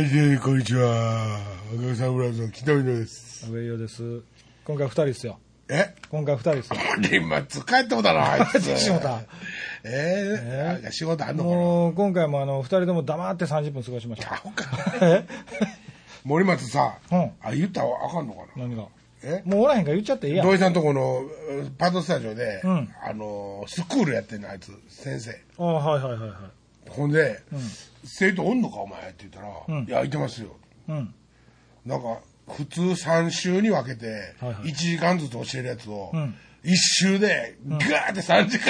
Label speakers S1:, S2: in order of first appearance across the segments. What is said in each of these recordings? S1: い、こんにちは。赤木さん、ブラウンの北見です。
S2: 上与です。今回二人ですよ。
S1: え
S2: 今回二人ですよ。
S1: 今、使えってもだな、あいつ。
S2: しもた。
S1: えー、あ仕事あんのかな
S2: もう、今回もあの、二人とも黙って30分過ごしました。
S1: アホか。
S2: え
S1: 森松さん、
S2: うん
S1: あ、言ったらあかんのかな
S2: 何が
S1: え
S2: もうおらへんから言っちゃっていいやん。
S1: 土井さんとこのえーパートスタジオで、
S2: うん
S1: あのースクールやってんのあいつ先生
S2: ああ、はいはいはいはい。
S1: ほんで、生徒おんのかお前って言ったら「
S2: うん
S1: いやいてますよ
S2: うん。」
S1: なんか普通3週に分けて
S2: はいはい
S1: 1時間ずつ教えるやつを、
S2: うん
S1: 一週でガーって3時間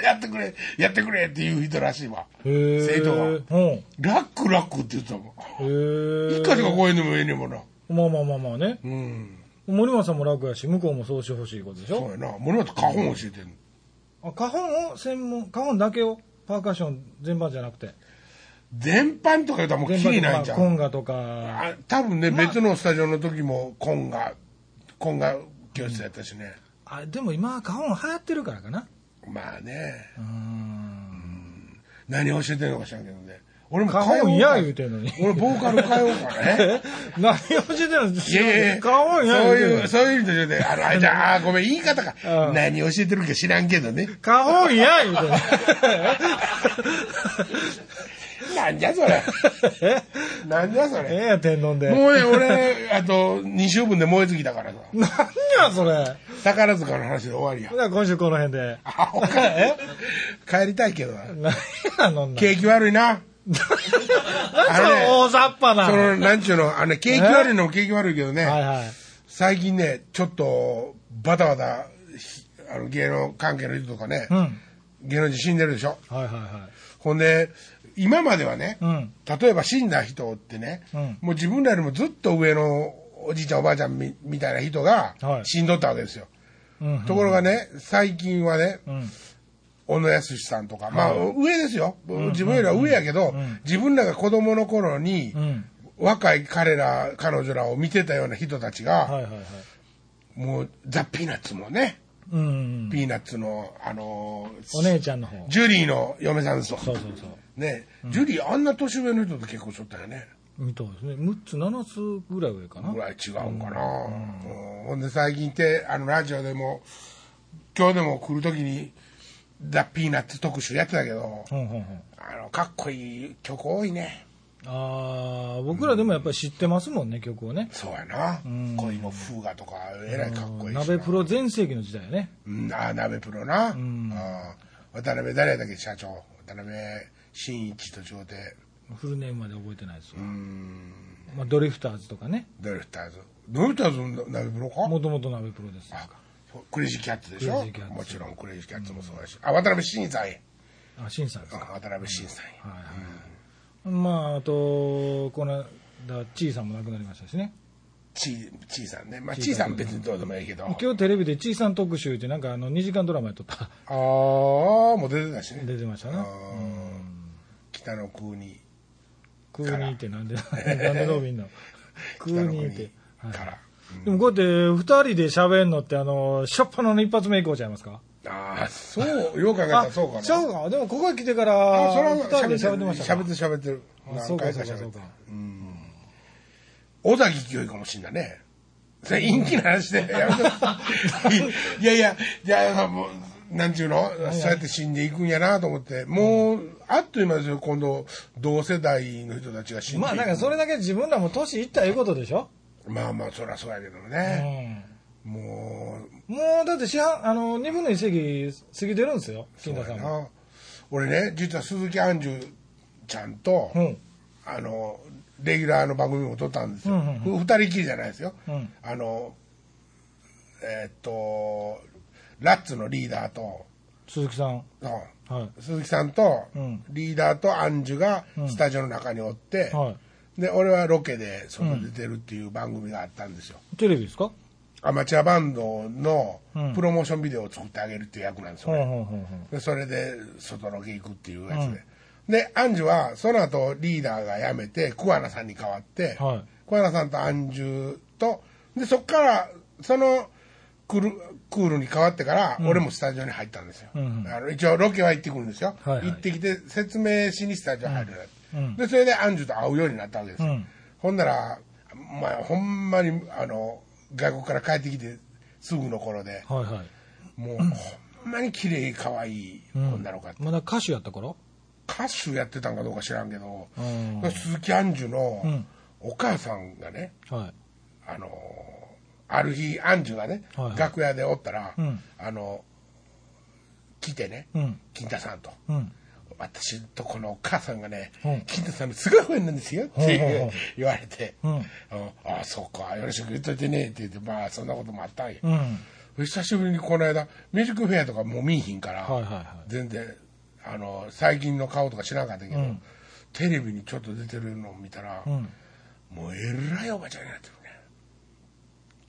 S1: やってくれやってくれっていう人らしいわ
S2: へえ。
S1: 生徒が
S2: うん。へ
S1: 楽楽って言ってたもん
S2: え。
S1: 一か所か公園でもええねんもんな
S2: まあまあまあまあね。
S1: うん
S2: 森松さんも楽やし、向こうもそうしてほしいことでし
S1: そう
S2: ょ。
S1: やな森松花本教えてんの
S2: あ、花本を専門、花本だけを、パーカッション全般じゃなくて。
S1: 全般とか言ったらもう
S2: 全
S1: キリ
S2: 般
S1: ないん
S2: と
S1: じゃ
S2: か、
S1: ん
S2: コンガとか、
S1: あ多分ね、
S2: まあ
S1: 別のスタジオの時もコンガコンガ教室やったしね、
S2: あれ、でも今、花本流行ってるからかな。
S1: まあね
S2: うーん。
S1: 何を教えてるのか知らんけどね俺も
S2: 花本
S1: や
S2: 嫌言うてんのに。
S1: 俺ボーカル変えようかなね
S2: 何を教えてるの
S1: いやいやいや
S2: 顔
S1: そう
S2: 本や
S1: いう
S2: 言うて
S1: そういう意味でねあのあじゃああごめん言い方か
S2: うん
S1: 何教えてるか知らんけどね
S2: 顔本や言うてんの
S1: なんじゃそ れなんじゃそ
S2: ええ
S1: れ
S2: や天丼で
S1: もうね俺あと2週分で燃え尽きだからさ
S2: 何やそれ
S1: 宝塚の話で終わりや
S2: ほな今週この辺で
S1: あおかえ帰りたいけどな
S2: 何やのんな
S1: 景気悪いな
S2: 何その大雑把な
S1: そ
S2: は
S1: の、なんちゅうの、あのね、景気悪いのも景気悪いけどね、
S2: いはい
S1: 最近ね、ちょっと、バタバタ、ひあの、芸能関係の人とかね、
S2: うん
S1: 芸能人死んでるでしょ。
S2: はいはいはい
S1: ほんで、今まではね、
S2: うん
S1: 例えば死んだ人ってね、
S2: うん
S1: もう自分らよりもずっと上のおじいちゃんおばあちゃんみみたいな人が
S2: はい
S1: 死んどったわけですよ。
S2: うん
S1: ところがね、最近はね、
S2: うん
S1: 小野康さんとか、まあ、上ですよ。自分よりは上やけど、自分らが子供の頃に、
S2: うん
S1: 若い彼ら彼女らを見てたような人たちが、
S2: はいはいはい
S1: もうザ・ピーナッツもね、
S2: うんうん
S1: ピーナッツのあのー
S2: お姉ちゃんの方
S1: ジュリーの嫁さんですわ
S2: そうそうそう
S1: ね、ジュリーあんな年上の人と結婚しとったよね
S2: 見たいですね6つ7つぐらい上かな
S1: ぐらい違うんかな、うんほんで最近ってあのラジオでも今日でも来る時にザ・ピーナッツ特集やってたけど
S2: うんうんうん
S1: あのかっこいい曲多いね
S2: ああ僕らでもやっぱり知ってますもんね曲をね
S1: そうやな、恋の風雅とかえらいかっこいいしな
S2: 鍋プロ全盛期の時代やね
S1: うん、あ鍋プロな、
S2: ん
S1: あ渡辺誰だっけ社長渡辺真一と上で
S2: フルネームまで覚えてないですわ、
S1: うん
S2: まあ、ドリフターズとかね
S1: ドリフターズドリフターズの鍋プロか
S2: もともと鍋プロですよ
S1: あクレイジーキャッツでしょ
S2: クレイジーキャッツ
S1: もちろんクレイジーキャッツもそうだし、あ渡辺真さんや
S2: あ審査です
S1: あ
S2: か、
S1: 渡辺真さんや、
S2: はいはいまああとこの間ちいさんも亡くなりましたしね
S1: ちちいさんねまあ
S2: ちい
S1: ちいさ
S2: さん
S1: ん別にどうでもいいけどあ
S2: 今日テレビでちいさん特集ってなんかあの2時間ドラマやっとった
S1: あーもう出てたしね
S2: 出てました
S1: あ
S2: な
S1: ー北の国
S2: クーニーってなんでなんで伸びん のク
S1: 北
S2: ー
S1: の
S2: ニ
S1: 国
S2: ーって、はい
S1: から、
S2: でもこうやって2人で喋んのってあの初っ端の一発目いこうちゃいますか
S1: ああそうよう考えたらそうかな
S2: ちゃうかでもここへ来てから
S1: あ、それは
S2: 2人で喋ってましたか
S1: 喋ってる喋ってる。
S2: あそ
S1: 何
S2: うか
S1: 回
S2: そ
S1: か
S2: うかそ
S1: 喋っ
S2: う
S1: て
S2: か
S1: る。小崎清いかもしんないね。それ陰気な話で。 やめていやいや、いや、もう、なんちゅうのそうやって死んでいくんやなと思って。もう、あっという間ですよ、今度、同世代の人たちが死んでいく。
S2: まあなんかそれだけ自分らも年いったいうことでしょ、
S1: まあまあ、そりゃそうやけど
S2: う
S1: ね。
S2: ん、
S1: もう、
S2: もうだって四半あの2分の1席過ぎてるんですよ金田さんも
S1: な俺ね、実は鈴木杏樹ちゃんと、
S2: うん
S1: あのレギュラーの番組も撮ったんですよ、
S2: う
S1: ふ
S2: ん
S1: 二2人きりじゃないですよ、
S2: うん
S1: あのえーっとラッツのリーダーと、
S2: 鈴木さん
S1: うん
S2: は
S1: 鈴木さんと、
S2: うん
S1: リーダーとアンジュがスタジオの中におって、
S2: い、は
S1: で俺はロケで外出てるっていう番組があったんですよ、
S2: い、テレビですか
S1: アマチュアバンドの
S2: うん
S1: プロモーションビデオを作ってあげるっていう役なんですよ、
S2: ほう
S1: 俺
S2: ほうほうほう
S1: でそれで外ロケ行くっていうやつで、でアンジュはその後リーダーが辞めて桑名さんに代わって、
S2: はい
S1: 桑名さんとアンジュとでそっからそのクルクールに変わってから、
S2: ん
S1: 俺もスタジオに入ったんですよ、
S2: うんうん
S1: あの一応ロケは行ってくるんですよ、
S2: はいはい
S1: 行ってきて説明しにスタジオ入るようになって
S2: うん
S1: でそれでアンジュと会うようになったわけですよ、
S2: うん
S1: ほんなら、まあ、ほんまにあの外国から帰ってきてすぐの頃で
S2: はいはい
S1: もうほんまに綺麗可愛い女の子やって、
S2: まだ歌手やった頃
S1: 歌手やってたんかどうか知らんけど、
S2: うん
S1: 鈴木アンジュ
S2: う
S1: の
S2: ん
S1: お母さんがね、
S2: はい
S1: あのある日アンジュがね、
S2: はいはい
S1: 楽屋でおったら、
S2: うん
S1: あの来てね、
S2: うん
S1: 金太さんと
S2: うん
S1: 「私とこのお母さんがね、
S2: うん
S1: 金太さんのすごいファンなんですよ」って
S2: ほうほうほう
S1: 言われて「
S2: うん
S1: ああそうかよろしく言っといてね」って言ってまあそんなこともあったんよ、
S2: うん
S1: 久しぶりにこの間ミュージックフェアとかも見いひんから、
S2: はいはいはい
S1: 全然あの最近の顔とか知らなかったけど、
S2: ん
S1: テレビにちょっと出てるのを見たら、
S2: うん
S1: もうえらいおばちゃんになってるね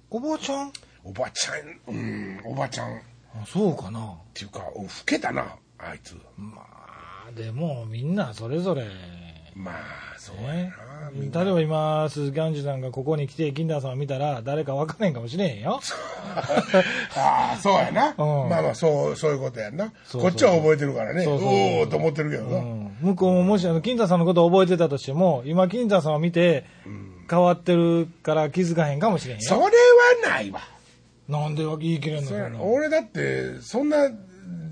S2: お坊ちゃん
S1: おばちゃん、うん、おばちゃんっ
S2: あそうかな
S1: ていうか、お老けたな、あいつ。
S2: まあでもみんなそれぞれ
S1: まあ、そうや
S2: ね
S1: な。みんな
S2: 例えば今鈴木杏樹さんがここに来て金田さんを見たら誰か分からへんかもしれへ んよ
S1: ああ、そうやな。
S2: うん
S1: まあまあ、そう、そういうことやんな。
S2: そうそう
S1: こっちは覚えてるからね。
S2: そうそう
S1: おおと思ってるけどな。
S2: うん向こうももしあの金田さんのことを覚えてたとしても今金田さんを見て変わってるから気づかへんかもしれへん
S1: それ
S2: よ
S1: はないわ。
S2: なんで言い切れんの
S1: そ
S2: か
S1: れ
S2: など
S1: 俺だって、そんな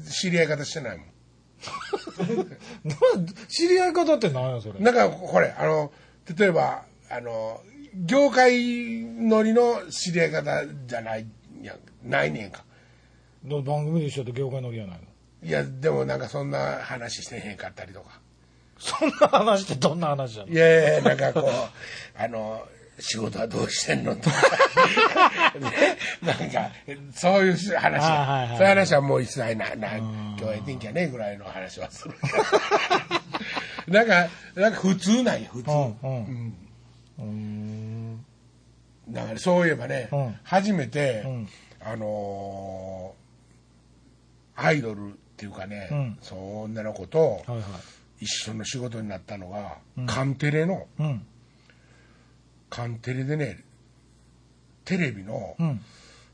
S1: 知り合い方してないもん。
S2: う知り合い方って何やそれ
S1: なんか、これ、あの、例えば、あの、業界乗りの知り合い方じゃない、いや、ないねんか。
S2: ど番組で一緒と業界乗りやないの
S1: いや、でもなんかそんな話してへんかったりとか。
S2: そんな話ってどんな話やの
S1: いやいや、なんかこう、あ の、仕事はどうしてんの とか、ね、なんか、そういう話
S2: あはいはいは
S1: そう
S2: い
S1: いう話はもう一切ない、ない、今日はええ天気やね、ぐらいの話はする けど。なんか、なんか普通なんや、普通。
S2: うんうんうーん
S1: だからそういえばね、
S2: うん
S1: 初めて、
S2: ん
S1: あのーアイドルっていうかね、
S2: うん
S1: そう女の子と
S2: はいはい
S1: 一緒の仕事になったのが、カンテレの、
S2: うん
S1: カンテレでね、テレビの、
S2: うん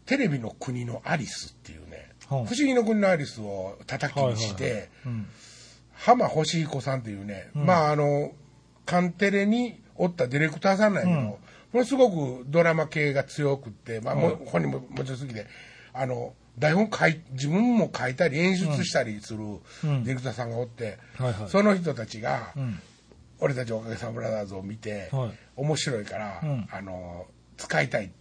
S1: テレビの国のアリスっていうね、
S2: はあ
S1: 不思議の国のアリスを叩きにして、
S2: はいはうん
S1: 浜星彦さんっていうね、まああの、カンテレにおったディレクターさんなんやけど、これすごくドラマ系が強くって、まあ、も本人ももちろん好きで、あの、台本書い、自分も書いたり演出したりする
S2: ん
S1: ディレクターさんがおって、
S2: はいはい
S1: その人たちが、
S2: うん
S1: 俺たちおかげさまブラザーズを見て、
S2: はい
S1: 面白いから、
S2: うん
S1: あの、使いたいって。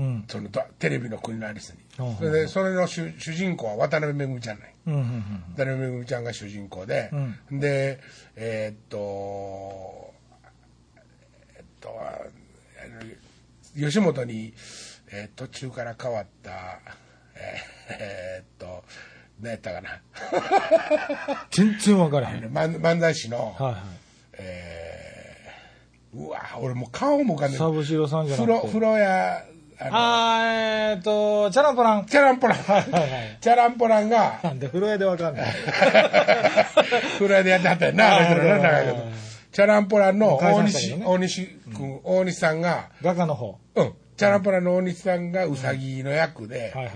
S2: うん
S1: そのドテレビの国のアリスに
S2: ほうほう。
S1: それで、それの主主人公は渡辺恵ちゃんない。
S2: うんうんうん
S1: 渡辺恵ちゃんが主人公で、で、えーっと、えーっと、あの吉本に、えー途中から変わった、えーえーっと、何やったかな。
S2: 全然分からへん
S1: 漫漫才師の、
S2: はいは
S1: えーうわ俺もう顔も浮かん
S2: い
S1: で
S2: サ
S1: る。
S2: ブシロさんじゃな
S1: 風呂、
S2: くて
S1: 風呂屋、あの
S2: あーえっとチャランポラン
S1: チャランポラン
S2: はいはい、
S1: チャランポランが、
S2: なんで風呂屋でわかん ない
S1: フライでやってはったよな、あ
S2: あー
S1: れからな
S2: は
S1: 長
S2: い
S1: い
S2: はい
S1: こ
S2: は
S1: と
S2: い
S1: チャランポランの大
S2: 解散した
S1: 西、
S2: けどね
S1: 大西君、大西さんが、
S2: 画家の方
S1: うん、チャランポランの大西さんがウサギの役で、
S2: はいはい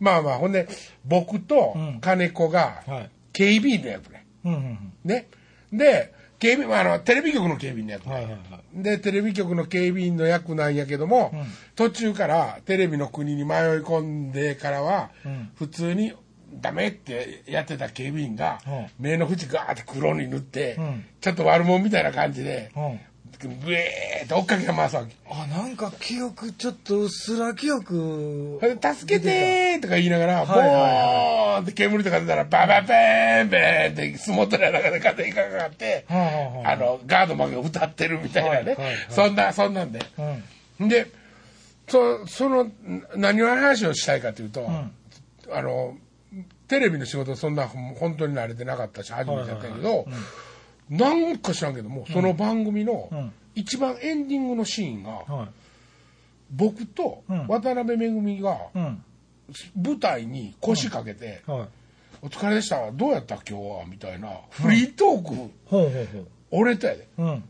S1: まあまあ、ほんで、僕と
S2: うん
S1: 金子が
S2: はい、
S1: 警備員の役ね。
S2: うんうんうん
S1: ね。で、警備、まあ、あの、テレビ局の警備員の役ね。
S2: はいはいはい
S1: で、テレビ局の警備員の役なんやけども、
S2: ん
S1: 途中からテレビの国に迷い込んでからは、
S2: うん
S1: 普通にダメってやってた警備員が、
S2: う
S1: 目の縁ガーって黒に塗って、
S2: うん
S1: ちょっと悪者みたいな感じで、
S2: うん
S1: ぐえーって追っかけ回すわけ。
S2: あなんか記憶ちょっとうっすら記憶
S1: それで助けてーとか言いながら、ボ
S2: はいは
S1: ー
S2: い
S1: ンって煙とか出たら、ババベーンベーンって相撲取りの中で風がかかって、
S2: はいはいはい
S1: あの、ガードマンが歌ってるみたいなね、
S2: はいはいはい
S1: そんな、そんなんで。
S2: うん
S1: でそそのん何の話をしたいかというと、あのテレビの仕事そんなほん本当に慣れてなかったし初めてだったけど、なんか知らんけどもその番組
S2: う
S1: の
S2: ん
S1: 一番エンディングのシーンが、
S2: はい
S1: 僕と
S2: うん
S1: 渡辺恵が
S2: うん
S1: 舞台に腰掛けて
S2: はい
S1: 「お疲れでしたどうやった今日は」みたいなフリートーク、
S2: ほうほうほう
S1: 俺とやで
S2: うん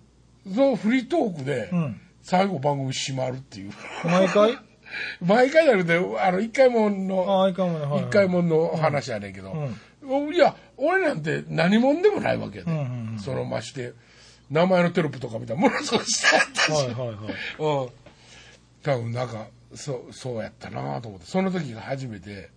S1: そのフリートークで
S2: うん
S1: 最後番組閉まるっていう。
S2: 毎回
S1: 毎回やるで、あの、一回もん
S2: あ
S1: の、
S2: あ、いかんもね、はい。
S1: 一回もんの話やねんけど、いや、俺なんて何もんでもないわけやで、
S2: んうん
S1: そのまして、名前のテロップとか見たらものすごい下やったし、
S2: はいはいはい。
S1: うん。多分なんか、そう、そうやったなと思って、その時が初めて、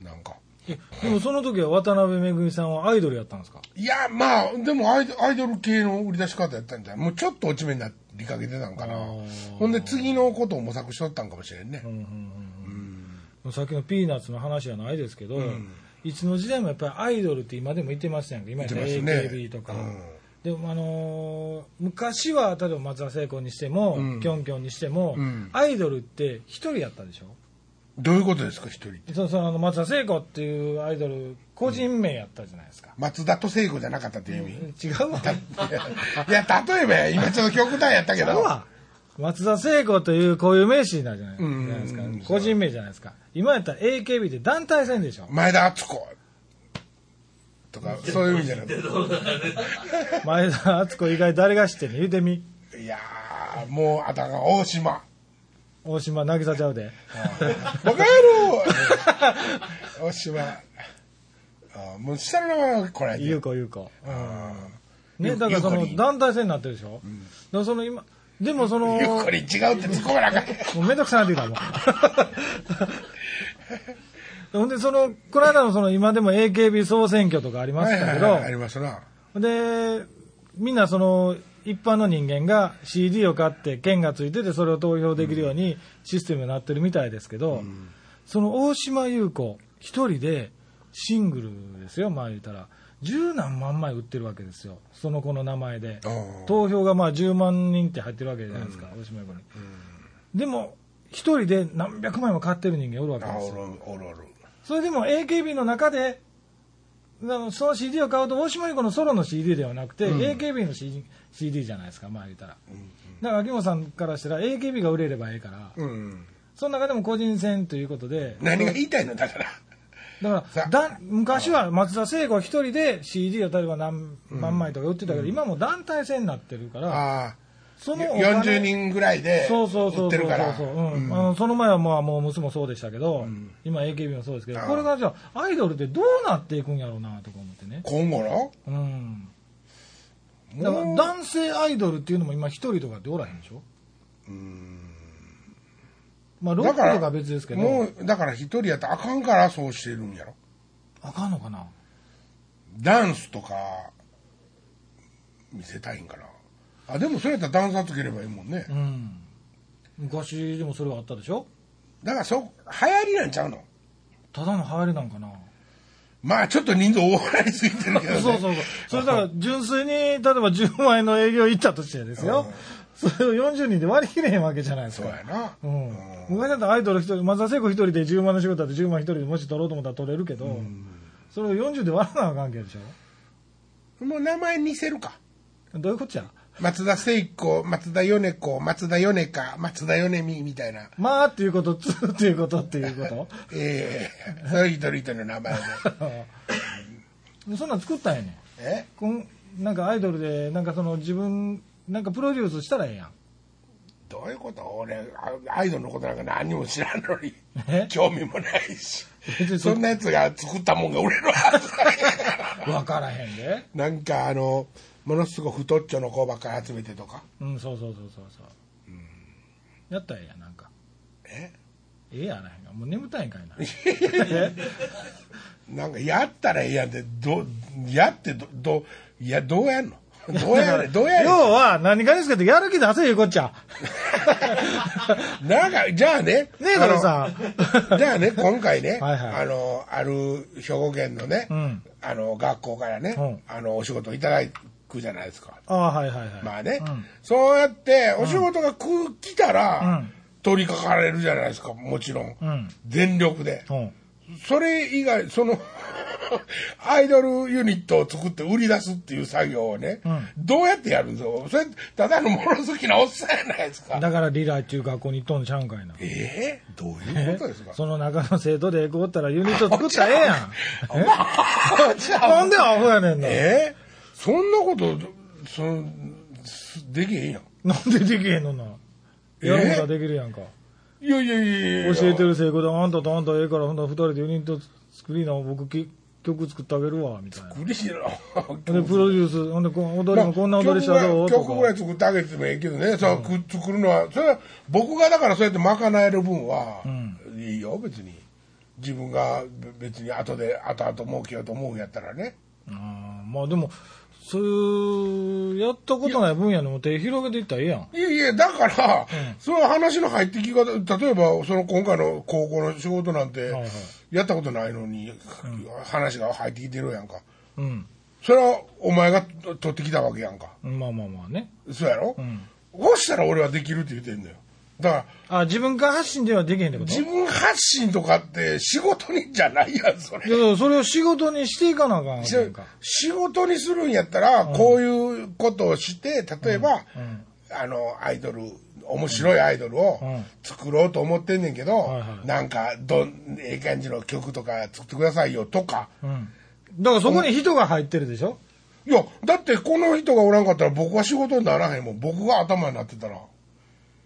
S1: なんか、
S2: えでもその時は渡辺めぐみさんはアイドルやったんですか
S1: いや、まあ、でもアイドアイドル系の売り出し方やったんじゃないもうちょっと落ち目になりかけてたのかな
S2: あー
S1: ほんで次のことを模索しとったんかもしれんね。
S2: さっきのピーナッツの話じゃないですけど、いつの時代もやっぱりアイドルって今でも言ってますやんか今やったら
S1: 言ってますね
S2: AKB とか、
S1: うん
S2: でもあのー昔は例えば松田聖子にしても、
S1: うん
S2: キョンキョンにしても、
S1: うん
S2: アイドルって一人やったでしょ
S1: どういうことですか、一人って。
S2: そうそうあの松田聖子っていうアイドル個人名やったじゃないですか、
S1: 松田と聖子じゃなかったっていう意味。
S2: 違うわ
S1: いや、例えばや今ちょっと極端やったけ
S2: 違う
S1: ど
S2: わ、松田聖子というこういう名詞なんじゃない
S1: うんうんうん
S2: ですか、個人名じゃないですか今やったら AKB って団体戦でしょ
S1: 前田敦子とか、そういう意味じゃなく
S2: 前田敦子以外誰が知ってんの言うてみ
S1: て。いやー、もう、あたが大島。
S2: 大島渚ちゃうで
S1: バカ野郎大島。あーもう下の名前はこれ
S2: 優子優子
S1: うん
S2: ね
S1: ゆ
S2: だからそ
S1: ゆう
S2: の
S1: こりん
S2: 団体戦になってるでしょ、だからその今でもその
S1: ゆっ
S2: も
S1: くり違うって突っ込まなあかん。
S2: うめんどくさなってきたもんほんでそのこの間のその今でも AKB 総選挙とかありましたけど、
S1: ありますな。
S2: で、みんなその、一般の人間が CD を買って、券がついてて、それを投票できるようにシステムになってるみたいですけど、その大島優子、一人でシングルですよ、まあ言ったら、十何万枚売ってるわけですよ、その子の名前で
S1: あ。ー
S2: 投票がまあ10万人って入ってるわけじゃないですか、大島優子に。でも、一人で何百枚も買ってる人間おるわけ
S1: あ、
S2: です
S1: お
S2: よ
S1: る。おるおる。
S2: それでも AKB の中で、あのその CD を買うと、大島優子のソロの CD ではなくて、AKB の CD, CD じゃないですか、まあ言ったら。だから、秋元さんからしたら、AKB が売れればいいから、
S1: うん。
S2: その中でも個人戦ということで、
S1: 何が言いたいのだから。
S2: だから
S1: さ
S2: だ昔は松田聖子一人で CD を例えば何万枚とか売ってたけど、今もう団体戦になってるから、
S1: あ
S2: そ
S1: あ。
S2: のお金
S1: 40人ぐらいで
S2: そうそう
S1: 売
S2: そ
S1: っ
S2: う
S1: て
S2: そ
S1: る
S2: うそう
S1: から
S2: そ。う、うんあのその前はまあもう娘もそうでしたけど、今 AKB もそうですけど
S1: あー
S2: これがじゃあアイドルってどうなっていくんやろうなとか思ってね、
S1: 今後の
S2: うん、だから
S1: もう
S2: 男性アイドルっていうのも今一人とかっておらへんでしょまあロッ
S1: だ
S2: クと
S1: から
S2: か別ですけ
S1: も
S2: ど
S1: う、だから一人やったらあかんからそうしてるんやろ。
S2: あかんのかな
S1: ダンスとか、見せたいんかな。あ、でもそれやったらダンサーつければいいもんね
S2: う。ん昔でもそれはあったでしょ
S1: だからそう、流行りなんちゃうの
S2: ただの流行りなんかな
S1: まあちょっと人数多くなりすぎてるけどね。
S2: そうそうそう。それだから、純粋に、例えば10万円の営業行ったとしてですよ。それを40人で割り切れへんわけじゃないです
S1: そう
S2: か
S1: や。な。
S2: うん。昔だったらアイドル一人、松田聖子一人で10万の仕事だって10万一人でもし取ろうと思ったら取れるけど、それを40で割らなあかんけでしょ。
S1: もう名前似せるか。
S2: どういうことや
S1: 松田聖子、松田米子、松田米か、松田米美みたいな。
S2: まあっていうこと、つーっていうことっていうこ
S1: ええそれ一人一人の名前で。
S2: とそんなん作ったんやねん
S1: え
S2: こん。なんかアイドルで、なんかその自分、なんかプロデュースしたらええやん。
S1: どういうこと俺、あアイドルのことなんか何にも知らんのに
S2: え、
S1: 興味もないし
S2: 別に、そ
S1: そんなやつが作ったもんが売れるはずないから
S2: わからへんで。
S1: なんかあの、ものすごい太っちょの子ばっかり集めてとか。
S2: うん、そうそうそうそうそう。やったらええやん、なんか。
S1: え
S2: ええやないか。もう眠たいんか いな。
S1: なんかやったらええやんって、ど、やってど、ど、いや、どうやんのどうや るどうやる
S2: 要は、何かですけど、やる気出せよ、こっ ちゃ。
S1: なんか、じゃあね。
S2: ねえ
S1: あの
S2: だからさ
S1: じゃあね、今回 ね、
S2: はいはい
S1: あの、ある兵庫県のね、
S2: うん
S1: あの、学校からね、
S2: うん
S1: あの、お仕事をいただくじゃないですか。
S2: ああ、はいはいはい。
S1: まあね、
S2: うん
S1: そうやって、お仕事が来,、来たら、
S2: うん
S1: 取り掛かれるじゃないですか、もちろん。
S2: うん
S1: 全力で。
S2: うん。
S1: それ以外、その、 アイドルユニットを作って売り出すっていう作業をね、
S2: ん
S1: どうやってやるんですかそれ、ただの物好きなおっさんやないですか。
S2: だから、リラっていう学校に行っとんのちゃうんかいな。
S1: ええどういうことですか
S2: その中の生徒でエコおったらユニット 作ったらええやん。え
S1: じ ゃあ
S2: なんでアホやねんな。
S1: えーそんなこと、その、すできへんやん。
S2: なんでできへんのな。やることはできるやんか。
S1: いやいやいやいやいや
S2: 教えてる聖子で、あんたとあんたええから、ほんなら二人でユニット作りな、僕き曲作ってあげるわ、みたいな。
S1: クリー
S2: ほんで、プロデュース、ほんで、こう踊りもこんな踊りしたらどうと
S1: 曲ぐら
S2: か。
S1: い作ってあげてもいいけどね、そうく作るのは、それは僕がだからそうやって賄える分は、いいよ、別に。自分が別に後で、後々儲けようと思うんやったらね。
S2: あーまあでも、そういう、やったことない分野の手広げていったらええやん。
S1: いやいや、だから、その話の入ってき方、例えば、その今回の高校の仕事なんて
S2: はいはい、
S1: やったことないのに、話が入ってきてるやんか。
S2: うん。
S1: それはお前がと取ってきたわけやんか。
S2: まあまあまあね。
S1: そうやろ、うんこうしたら俺はできるって言ってんだよ。だから、
S2: あ、自分が発信ではできへんってこと
S1: 自分発信とかって仕事にじゃないやん、それ。
S2: いや、それを仕事にしていかなあかんわけやんか。
S1: 仕事にするんやったら、こういうことをして、例えば、あの、アイドル、面白いアイドルを
S2: うん
S1: 作ろうと思ってんねんけど、
S2: はいはい
S1: なんか、どん、ええ感じの曲とか作ってくださいよとか。
S2: うん。だからそこに人が入ってるでしょ
S1: いや、だってこの人がおらんかったら僕は仕事にならへんもん。僕が頭になってたら。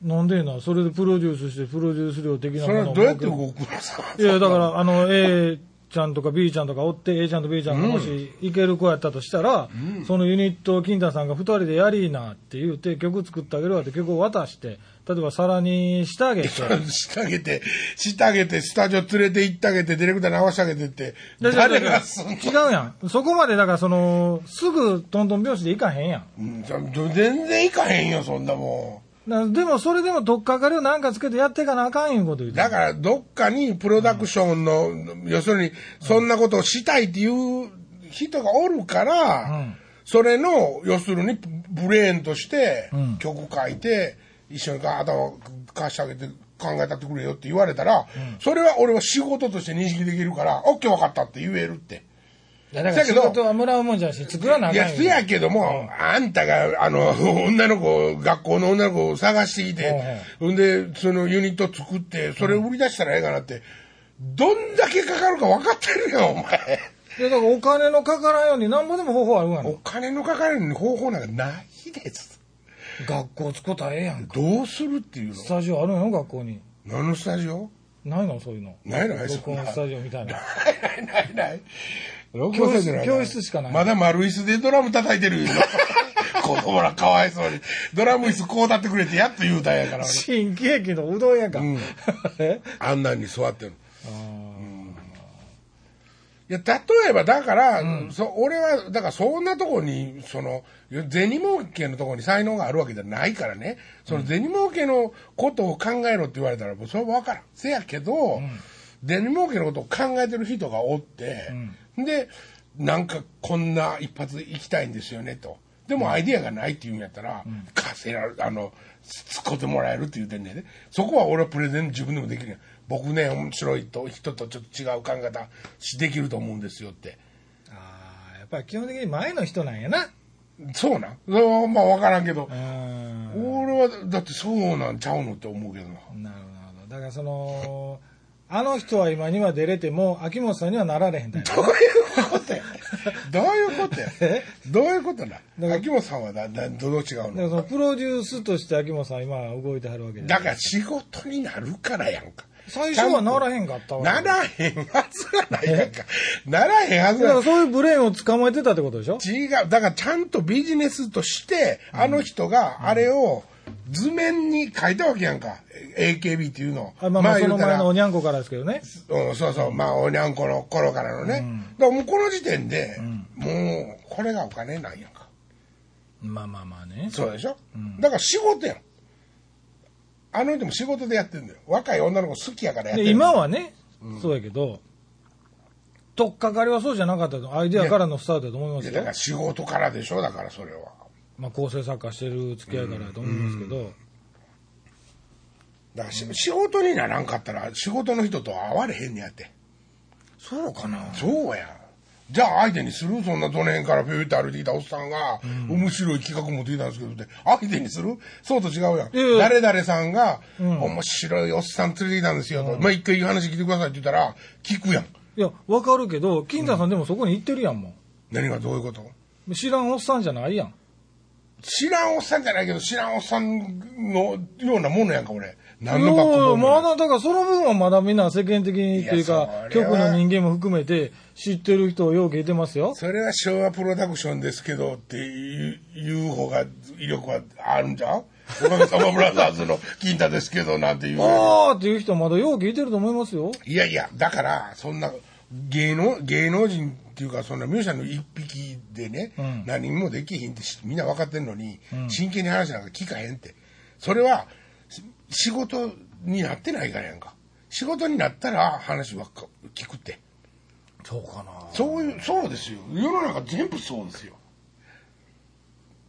S2: なんでやな、それでプロデュースして、プロデュース料的な
S1: そ
S2: も
S1: れ
S2: の
S1: は
S2: を
S1: どうやって動くのさ。
S2: いや、だから、あの、A ちゃんとか B ちゃんとかおって、A ちゃんと B ちゃんがもし行ける子やったとしたら、そのユニットを金田さんが二人でやりーなって言うて、曲作ってあげるわって曲を渡して、例えば皿にしてあげて、
S1: してあげて、してあげて、スタジオ連れて行ってあげて、ディレクターに合わせてあげてって、
S2: だから
S1: 誰がすんの
S2: 違うやん。そこまで、だから、その、すぐトントン拍子で行かへんやん。
S1: うんじゃ全然行かへんよ、そんなも。
S2: なでも、それでも、とっかかりをなんかつけてやっていかなあかんいうこと言うんて。
S1: だから、どっかにプロダクションの、要するに、そんなことをしたいっていう人がおるから、
S2: うん
S1: それの、要するに、ブレーンとして
S2: ん、
S1: 曲書いて、一緒に頭貸してあげて、考えたってくれよって言われたら、それは俺は仕事として認識できるから、OK 分かったって言えるって。
S2: いやだ
S1: から仕事
S2: はもらうもんじゃなし、作らない
S1: や、せやけども、あんたが、あの、 女の子を、学校の女の子を探してきて、ほんで、そのユニット作って、それを売り出したらええかなって、どんだけかかるか分かってるよ、お前。
S2: だから、お金のかからんように、なんぼでも方法あるがな
S1: お金のかかる方法なんかないです。
S2: 学校作ったらええやんか。
S1: どうするっていうの
S2: スタジオあるんよ、学校に。
S1: 何のスタジオ
S2: ないのそういうの。
S1: ないのない
S2: 録音スタジオみたい な。
S1: ないないないない。
S2: 教室教室しかない
S1: まだ丸椅子でドラム叩いてるよ。 子供らかわいそうに。ドラム椅子こう立ってくれてやっと言うたんやから。俺
S2: 新喜劇のうどんやか。 え
S1: あんなんに座ってる。うんいや例えばだから、そ俺はだからそんなとこにその銭儲けのとこに才能があるわけじゃないからねその銭儲けのことを考えろって言われたらもうそれは分からんせやけど、銭儲けのことを考えてる人がおって、でなんかこんな一発行きたいんですよねとでもアイディアがないって言うんやったら、稼いらあの使ってもらえるって言うてんねんねそこは俺はプレゼン自分でもできるやん僕ね面白いと人とちょっと違う考え方しできると思うんですよって
S2: ああ、やっぱり基本的に前の人なんやな。
S1: そうなんそれはまあ分からんけど
S2: う、ん。
S1: 俺はだってそうなんちゃうのって思うけどな
S2: なるほどなるほど。だからその、あの人は今には出れても、秋元さんにはなられへんタイプ。
S1: どういうことや どういうことや
S2: え
S1: どういうことな
S2: ら
S1: 秋元さんはだだどの違う
S2: だから
S1: の
S2: そのプロデュースとして秋元さん今動いてはるわけじゃ
S1: だ
S2: ん。
S1: から仕事になるからやんか
S2: 最初はならへんかったわ。
S1: ならへんはずがないやんか。ならへんはず
S2: だ
S1: が
S2: か
S1: ない
S2: ら。そういうブレーンを捕まえてたってことでしょ
S1: 違う。だからちゃんとビジネスとして、あの人があれを図面に書いたわけやんか。AKB っていうのを。
S2: あまあまあ、そ
S1: 言
S2: の
S1: うた
S2: 前
S1: ら
S2: のおにゃんこからですけどね。
S1: うん、そうそう、まあ、おにゃんこの頃からのね。だからもうこの時点で、もう、これがお金なんやんか。
S2: まあまあまあね。
S1: そうでしょ、だから仕事やん。あの人も仕事でやってんだよ。若い女の子好きやからやって
S2: で
S1: る。
S2: 今はね、そうやけど、とっかかりはそうじゃなかったと、アイデアからのスタートだと思いま
S1: い
S2: す
S1: や
S2: よ
S1: だか。ら仕事からでしょだからそれは。
S2: まあ、構成作家してる付き合いからだと思いますけど、
S1: だからし、仕事にならんかったら仕事の人と会われへんねやって
S2: そうかな。
S1: そうやじゃあ相手にするそんなどの辺からピューって歩いてきたおっさんが、面白い企画持ってきたんですけどって相手にするそうと違うやん、
S2: いやいや
S1: 誰々さんが、面白いおっさん連れてきたんですよと、まあ一回いい話聞いてくださいって言ったら聞くやん
S2: いや、わかるけど、金田さんでもそこに行ってるやんも
S1: 何がどういうこと
S2: ん。知らんおっさんじゃないやん。
S1: 知らんおっさんじゃないけど、知らんおっさんのようなものやんか、俺。何のバックボ
S2: よ
S1: ー
S2: う
S1: ン
S2: ま
S1: も
S2: だ、だからその部分はまだみんな世間的にっていう
S1: い
S2: か
S1: や、それ
S2: 局
S1: は
S2: の人間も含めて知ってる人をよう聞いてますよ。
S1: それは昭和プロダクションですけどっていう言う方が威力はあるんじゃんおかげさまブラザーズ の金太ですけどなんて言うより
S2: あーっていう人まだよう聞いてると思いますよ。
S1: いやいや、だから、そんな、芸能、芸能人っていうか、そんなミュージシャンの一匹でね、
S2: ん
S1: 何もできひんってしみんな分かってんのに、真剣に話なんか聞かへんって。それは、し仕事になってないからやんか。仕事になったら話ばっか聞くって。
S2: そうかな。
S1: そういう、そうですよ。世の中全部そうですよ。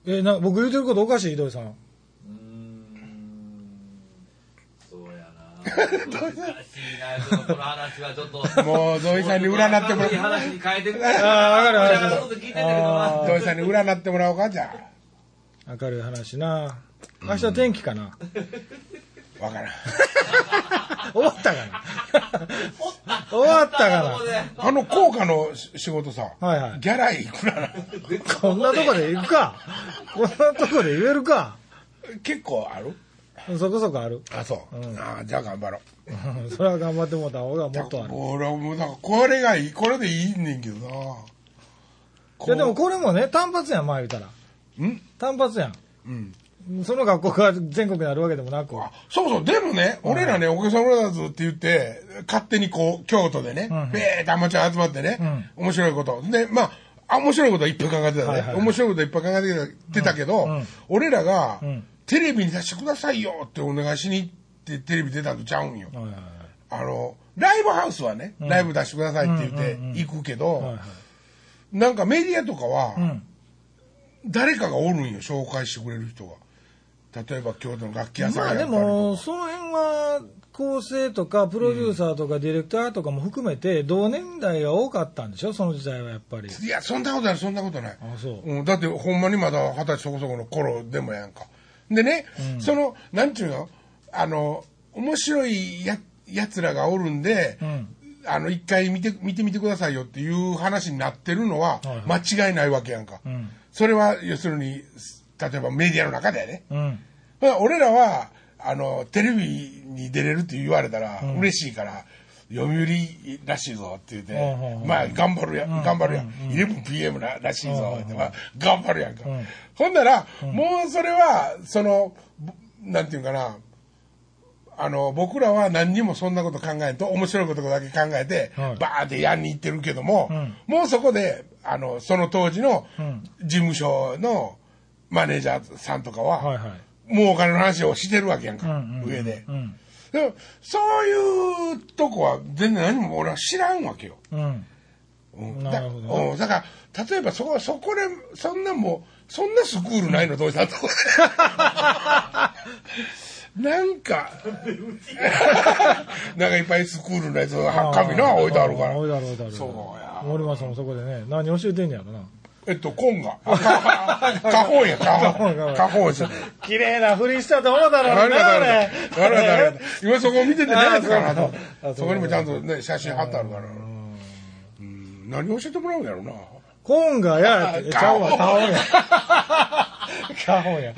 S2: え、な、僕言うてることおかしい、ひどいさん。
S3: うーんそうや な難しいなちょっとこの話はちょっと
S1: もうゾイさんに占ってもらう
S3: う話に変えてくれ
S2: あーわかるわかる
S3: こんなこと聞いてんだけどな
S1: 土井さんに占ってもらおうか、じゃ
S2: 明るい話な。明日天気かな。
S1: あ。わから ん。
S2: 終わったかな。終わったかな
S3: ここで
S1: あの、効果の仕事さ、
S2: はいはい
S1: ギャラいくらなの
S2: こんなとこで行くか。こんなとこで言えるか。
S1: 結構ある
S2: そこそこある。
S1: あ、そう。
S2: うん
S1: あじゃあ頑張ろう。
S2: うんそれは頑張ってもうた方がもっとある。
S1: 俺はもうなんかこれがいいこれでいいねんけどなこう
S2: いやでもこれもね、単発やん、前言うたら。
S1: ん
S2: 単発や
S1: うん
S2: ん。その学校が全国にあるわけでもなく。
S1: あそうそうでもね俺らね「お客さんブラザーズ」って言って勝手にこう京都でね
S2: ん
S1: ベーってアマチュア集まってね面白いことでまああ面白いことはいっぱい考えてた
S2: はいはい
S1: ね面白いこといっぱい考えてたけど
S2: んうん
S1: 俺らが
S2: ん
S1: 「テレビに出してくださいよ」ってお願いしに行ってテレビ出たのちゃうんよ
S2: はいはいはい
S1: あのライブハウスはねライブ出してくださいって言って行くけ
S2: はい
S1: ど
S2: はい
S1: なんかメディアとかは、
S2: うん
S1: 誰かがおるんよ紹介してくれる人が例えば京都の楽器屋さん
S2: まあ
S1: や
S2: で
S1: ったりとか
S2: も、その辺は、構成とか、プロデューサーとか、ディレクターとかも含めて、同年代が多かったんでしょ、その時代はやっぱり。
S1: いやそんなことないそんなことない
S2: あそう
S1: うん、だってほんまにまだ二十歳そこそこの頃でもやんかでね、そのなんちゅうのあの面白いややつらがおるんで、
S2: うん
S1: あの一回見て見てみてくださいよっていう話になってるのは
S2: はいは
S1: 間違いないわけやんか、
S2: ん
S1: それは要するに例えばメディアの中でね、
S2: うん。
S1: まあ、俺らはあのテレビに出れるって言われたら嬉しいから、読売らしいぞって言って、
S2: うんうんうん
S1: まあ頑張るや、頑張るや、ん、11PM ららしいぞって、まあ、頑張るやんか、ほんなら、もうそれはそのぼなんていうんかなあの僕らは何にもそんなこと考えんと面白いことだけ考えて、
S2: はい
S1: バーってやんに行ってるけども、
S2: ん
S1: もうそこであのその当時の
S2: うん
S1: 事務所のマネージャーさんとかは、
S2: はいはい。
S1: もうお金の話をしてるわけやん
S2: うん
S1: か、
S2: うんうん
S1: 上で
S2: う。ん。
S1: でもそういうとこは全然何も俺は知らんわけよ。
S2: うん。
S1: うん
S2: なるほど
S1: だうんだから、例えばそこ、そこで、そんなもう、そんなスクールないの、どうしたと。 なん か、なんかいっぱいスクールのやつ、紙な、置いてあるか
S2: あー
S1: ら。
S2: 置いてある置いてある。
S1: そうや。
S2: 森松さんもそこでね、何教えてんねやろな。
S1: えっと、コン ガ。あカホンや、カホン。カホンです。
S2: 綺麗なふりしたと思うだ
S1: ありがとう、ありがとう。ありがとう、ありがとう
S2: ね。
S1: 今そこ見ててね、
S2: あー
S1: とかな
S2: そう
S1: と
S2: あそう。
S1: そこにもちゃんとね、写真貼ってあるから。うん、何教えてもらうんやろうな。
S2: コンガや、えちゃうわ、
S1: ガ
S2: タ
S1: オ
S2: オンや。カホンや。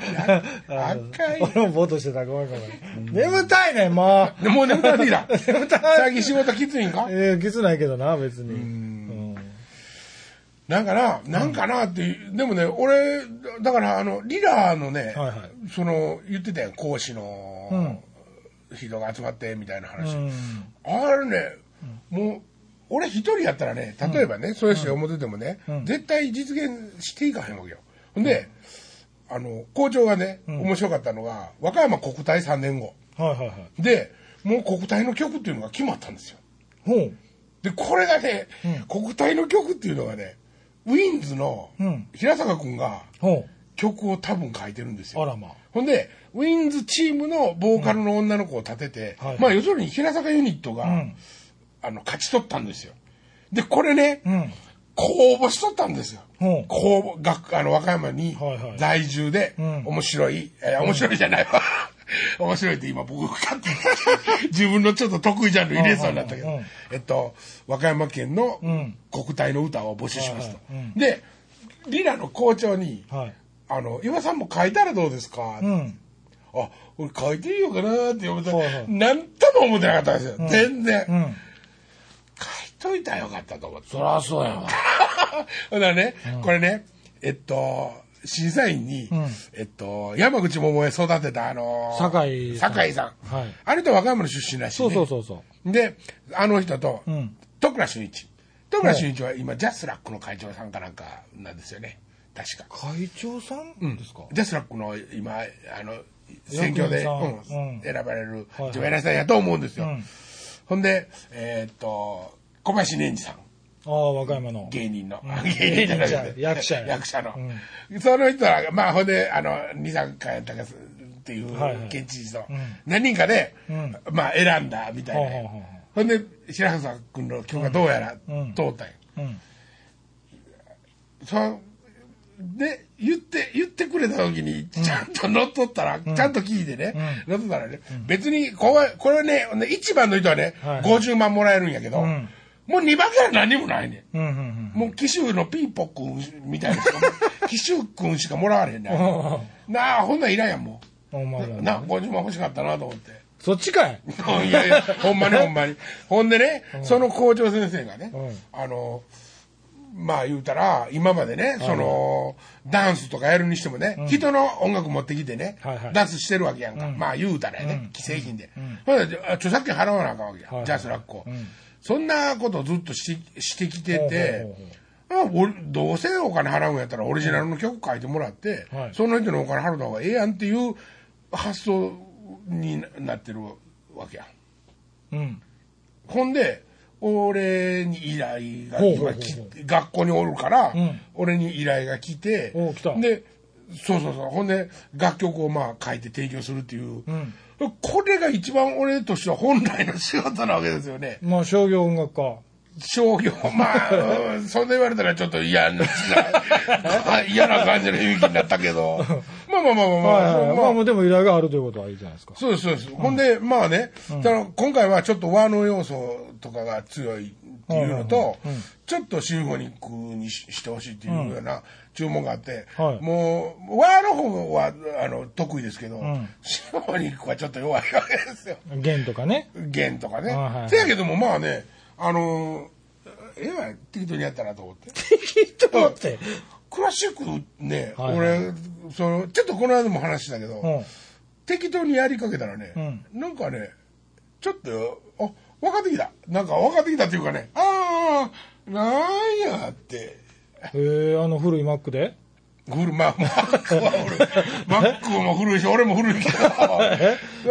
S2: あの
S1: 赤い
S2: 俺もぼーっとしてた、ごめんごめん。眠たいねん、もう。
S1: でもう眠たい だ。
S2: 眠たい
S1: 最近仕事きついんか
S2: ええ、きつないけどな、別に。うん
S1: なんかな、なんかなっていう、でもね、俺、だから、あの、リラーのね、
S2: はいはい
S1: その、言ってたやん、講師の人が集まって、みたいな話。あれね、もう、俺一人やったらね、例えばね、そういう人が思っててもね、絶対実現していかへんわけよ。ほんで、あの、校長がね、面白かったのが、和歌山国体3年後。
S2: はいはいはい。
S1: で、もう国体の曲っていうのが決まったんですよ。
S2: ほう。
S1: で、これがね、国体の曲っていうのがね、ウィンズの
S2: うん
S1: 平坂君が
S2: ほ
S1: 曲を多分書いてるんですよ。
S2: あらまあ
S1: ほんで、ウィンズチームのボーカルの女の子を立てて、
S2: うんはい
S1: まあ要するに平坂ユニットが、
S2: ん
S1: あの、勝ち取ったんですよ。で、これね、
S2: う。うん。
S1: 公募しとったんですよ。
S2: うん
S1: 公募、学、あの、和歌山に
S2: はいはい
S1: 在住で、
S2: うん
S1: 面白い、えー面白いじゃないわ。面白いって今僕勝手に自分のちょっと得意ジャンル入れそうになったけ
S2: う
S1: ど
S2: んうんうん、
S1: えっと、和歌山県の
S2: ん
S1: 国体の歌を募集しますと
S2: はいはいうん。
S1: で、リラの校長に、
S2: はい。
S1: あの、岩さんも書いたらどうですか、
S2: うん。
S1: あ、俺書いていいよかなって思った
S2: はいは
S1: ら、
S2: い
S1: なんとも思ってなかったんですよ。全然。
S2: う
S1: 書い
S2: ん。
S1: といたらよかったと思って。
S2: そらそうやわ。
S1: ほんならね、これね、えっと、審査員に、
S2: ん
S1: えっと、山口百恵育てた、あのー
S2: 酒井さん
S1: 酒井さん。
S2: はい
S1: あれと和歌山の出身らしい、
S2: そ
S1: ね。
S2: うそうそうそう。
S1: で、あの人と、
S2: ん
S1: 徳倉俊一。徳倉俊一は今、ジャスラックの会長さんかなんかなんですよね。確か。
S2: 会長さんですか、
S1: ジャスラックの今、あの、選挙で、
S2: 役員さん
S1: うん
S2: うん
S1: 選ばれる
S2: はいはい
S1: 女優さんやと思うんですよ。
S2: うん
S1: ほんで、えーっと、小林寧二さん。
S2: ああ、和歌山の。
S1: 芸人の。 芸人じゃないです
S2: 役者や
S1: 役者の。その人らが、まあ、ほんで、あの、2、3回やったかすっていう
S2: はいはい
S1: 県知事と
S2: うん、
S1: 何人かで
S2: うん、
S1: まあ、選んだみたい
S2: ほうほう
S1: な
S2: ほう。
S1: ほんで、白坂君の曲がどうやら
S2: うん
S1: 通ったんや。
S2: うん。
S1: そう、で、言って、言ってくれた時に、ちゃんと乗っ取ったら、ちゃんと聞いてね、乗っ取ったらね、別に、これ、これね、1番の人はね、
S2: はい
S1: 50万もらえるんやけど、
S2: ん
S1: もう2番から何もないねん。
S2: うん。うん。
S1: もう紀州のピーポくんみたい な人紀州くんしかもらわれへんねんなあほんなんいらんやんも
S2: うん。お
S1: う
S2: 前も。
S1: な50万欲しかったなと思って
S2: そっちかい
S1: いやいやほんまにほんまにほんでねその校長先生がね
S2: う
S1: あのまあ言うたら今までねそのダンスとかやるにしてもね人の音楽持ってきてね
S2: はいはい
S1: ダンスしてるわけやんかまあ言うたらやね既製品でほんで著作権払わなあかんわけ
S2: はいは
S1: や
S2: い
S1: ジャスラックを
S2: うん
S1: そんなことずっとしてしてきて
S2: ほうほう
S1: て
S2: ほうほう
S1: あ俺どうせお金払うんやったらオリジナルの曲書いてもらって、
S2: はい
S1: その人のお金払った方がええやんっていう発想になってるわけや
S2: うん。
S1: ほんで俺に依頼が
S2: ほうほうほう
S1: 今き学校におるから、
S2: うん
S1: 俺に依頼が来て
S2: おう来た
S1: でそうそうそうほんで楽曲をまあ書いて提供するっていう、
S2: ん
S1: これが一番俺としては本来の仕事なわけですよね
S2: まあ、商業音楽家。
S1: 商業、まあ、う んそんな言われたらちょっと嫌な、 嫌な感じの響きになったけ ど。まあまあまあまあま
S2: はいはい
S1: あ
S2: はい。
S1: ま
S2: ま
S1: あ
S2: あ、もうでも依頼があるということはいいじゃないですか。
S1: そうです、そうです。ほんで、まあね、その今回はちょっと和の要素とかが強いっていうのと、ちょっとシンフォニックにししてほしいっていうような注文があって、
S2: はい
S1: もう、和の方はあの得意ですけど、
S2: ん
S1: シンフォニックはちょっと弱いわけですよ。
S2: 弦とかね。
S1: 弦とかね。
S2: はいはい
S1: せやけども、まあね、あの、絵は適当にやったなと思って。
S2: ちょっと待って。
S1: クラシックね、
S2: はいはい
S1: 俺そのちょっとこの間も話したけど、
S2: うん。
S1: 適当にやりかけたらね、なんかねちょっとあ分かってきたなんか分かってきたっていうかねああなんやって
S2: えー、あの古いマックで
S1: 古いまあマックは 俺マックも古いし俺も古いけど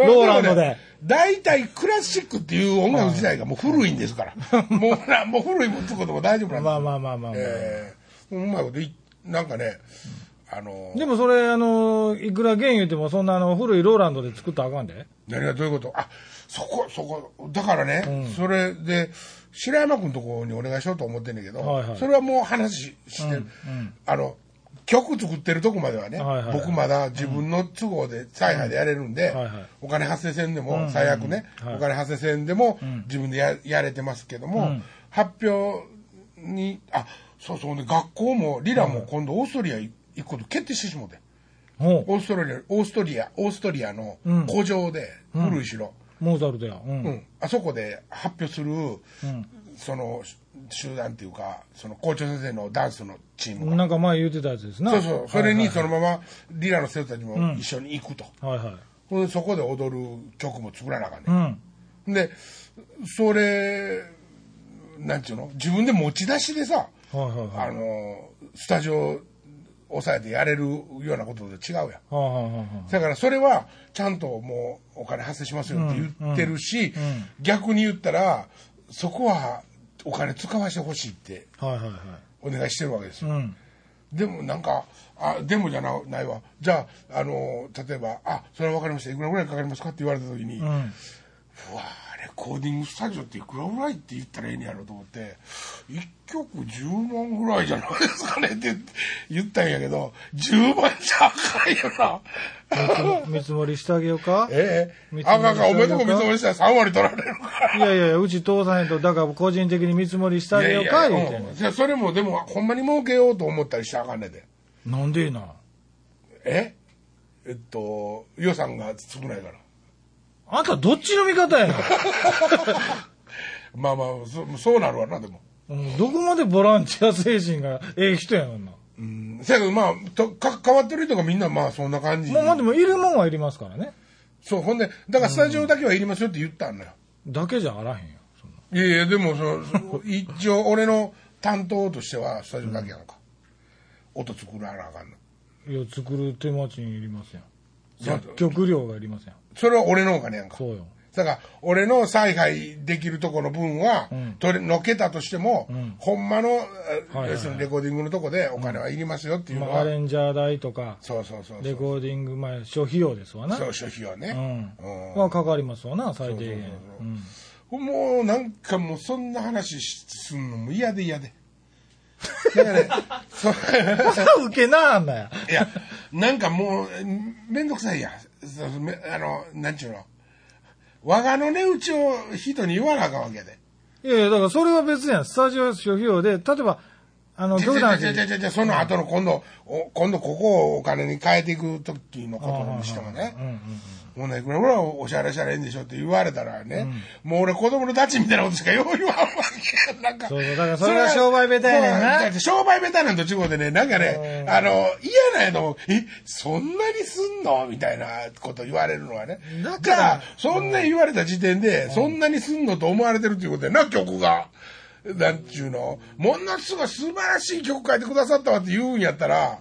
S2: ローラン
S1: も
S2: ドで
S1: ね大体クラシックっていう音楽自体がもう古いんですから、 もうなもう古いもんつくことも大丈夫なんですよ、
S2: まあまあまあまあまあ。
S1: えーうまいこといなんかねあの
S2: でもそれ、あの、いくら弦言うても、そんなあの古いローランドで作ったらあかんで。
S1: 何がどういうことあそこそこだからね、それで白山君のとこにお願いしようと思ってんだけど、
S2: はいはい
S1: それはもう話してる、あの曲作ってるとこまではね、
S2: はいはい
S1: 僕まだ自分の都合で采配でやれるんで、
S2: うんはいはい
S1: お金発生せんでも、最悪ね、
S2: はい
S1: お金発生せんでも、自分でややれてますけども、発表にあそうそうね学校もリラも今度オーストリア行くこと決定してしもうて。
S2: ほ
S1: オーストラリア、オーストリア、オーストリアの古城で、古い城、
S2: う。モーツァルトや。う
S1: うん
S2: ん。
S1: あそこで発表する、そのし集団っていうか、その校長先生のダンスのチームが、
S2: なんか前言うてたやつですな。
S1: そうそう、それにそのままリラの生徒たちも一緒に行くと、
S2: はいはい。
S1: ほんでそこで踊る曲も作らなあかん
S2: う
S1: ね、
S2: ん。
S1: ん、で、それ、なんちゅうの、自分で持ち出しでさ、
S2: はいはいはい。はい
S1: あのスタジオ押さえてやれるようなことと違うやん。
S2: はいはいはい。
S1: だからそれはちゃんともうお金発生しますよって言ってるし、逆に言ったらそこはお金使わしてほしいって
S2: はいはいはい。
S1: お願いしてるわけです
S2: う
S1: よ、
S2: ん。
S1: でもなんかあでもじゃなないわじゃああの例えば「あそれは分かりましたいくらぐらいかかりますか?」って言われた時に「うわーレコーディングスタジオっていくらぐらいって言ったらええんやろ」と思って「1曲10万ぐらいじゃないですかね」って言ったんやけど10万じゃあかんよな。
S2: 見積もりしてあげようか
S1: ええ
S2: 見積もり
S1: あかんか、お
S2: してあげ
S1: 前
S2: る
S1: とこ
S2: か
S1: 見積もりしたら3割取られるから。
S2: いやいやいや、うち父さんやと、だから個人的に見積もりしてあげようか言うてん
S1: うんいやそれもでもほんまに儲けようと思ったりしたらあかんねんで
S2: なんでいな。
S1: ええっと、予算が少ないから。
S2: あんたどっちの味方やねん。
S1: まあまあ、そそうなるわな、でも。
S2: うんどこまでボランティア精神がええ人やねんな。
S1: うん。せやけど、まあ、とか変わってる人がみんな、まあ、そんな感じ。
S2: まあまあでもいるもんはいりますからね。
S1: そう、ほんで、だからスタジオだけはいりますよって言ったんだよ。
S2: だけじゃあらへんよ。そんない
S1: やいや、でもその、その一応、俺の担当としては、スタジオだけやんか。音作らなあかんの。
S2: いや、作る手間賃いりません。
S1: そう
S2: 作曲料がいりません。
S1: それは俺のお金やんか。
S2: そうよ。
S1: だから、俺の采配できるとこの分は、
S2: うん
S1: 取れ、のけたとしても、
S2: ん
S1: ほんまの、あ
S2: はいはい
S1: 要するにレコーディングのとこでお金はいりますよっていう
S2: ま
S1: の
S2: あ、
S1: は、
S2: アレンジャー代とか、
S1: そうそうそうそ
S2: レ
S1: う。
S2: コーディング、まあ、諸費用ですわな。
S1: そう、諸費用
S2: う
S1: ね。
S2: ん。
S1: うん
S2: はかかりますわな、最低
S1: そう
S2: 限
S1: そうそう。
S2: う
S1: そうんもう、なんかもう、そんな話しすんのも嫌で嫌で。だからね、 そう
S2: 受けなあんなや。
S1: いや、なんかもう、めんどくさいや。そうめあの、なんちゅうの。我がの値打ちを人に言わなあかんわけで。
S2: いやいや、だからそれは別やん。スタジオ諸費用で、例えば、あの、
S1: じゃ
S2: 曲
S1: じゃ
S2: 団
S1: じゃじゃ
S2: で
S1: じゃじゃその後の今度、お今度ここをお金に変えていく時のことにしても
S2: うんう
S1: ね、
S2: ん
S1: もうね、いくらぐらいおしゃれしたらええんでしょって言われたらね、もう俺子供のダチみたいなことしかよう言わんわけやなんか。
S2: そうそうだからそれは商売下手やねんな
S1: そうだって商売下手なんと違うでね、なんかね、あの、嫌なんやと思う。え、そんなにすんのみたいなこと言われるのはね。
S2: だから
S1: じゃあ、そんな言われた時点で、そんなにすんのと思われてるっていうことやな、曲が。なんちゅうの。ものすごい素晴らしい曲書いてくださったわって言うんやったら、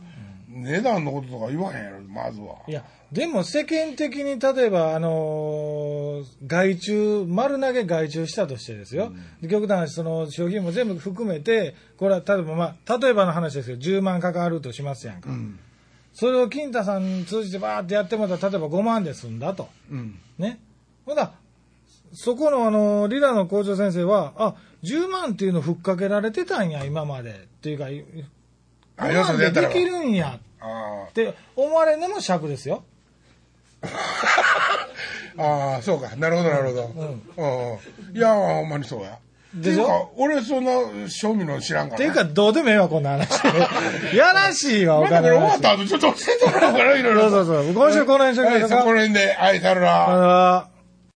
S1: 値段のこととか言わへんやろ、まずは。
S2: いや、でも世間的に例えば、あのー外注、丸投げ外注したとしてですよ。で極端な話その、商品も全部含めて、これは例えば、まあ、例えばの話ですけど、10万かかるとしますやんか。それを金太さん通じてバーってやってもらったら、例えば5万で済んだと。
S1: うん。
S2: ね。ほな、そこのあの、リラの校長先生は、あ、10万っていうのふっかけられてたんや、今まで。っていうか、
S1: あ、
S2: 5
S1: 要する
S2: 万
S1: にや
S2: で
S1: った
S2: で
S1: ら。
S2: きるんや
S1: あ
S2: って思われるのも尺ですよ。
S1: あ、ああ、そうか。なるほど、なるほど。うん。いや、ほんまにそうや。って
S2: で
S1: い
S2: し
S1: う
S2: ょ
S1: か、俺そんな、賞味の知らんから。
S2: っていうか、どうでもええわ、こんな話。 やらしいわ、お
S1: まだこ
S2: 金
S1: れ
S2: の
S1: 終わっ
S2: 話。
S1: た後、ちょっと教えてもらおうかな、いろいろ。
S2: そうそうそう今週この辺にしときましょうか
S1: はいそこら辺で、はい、さよなら。
S2: あの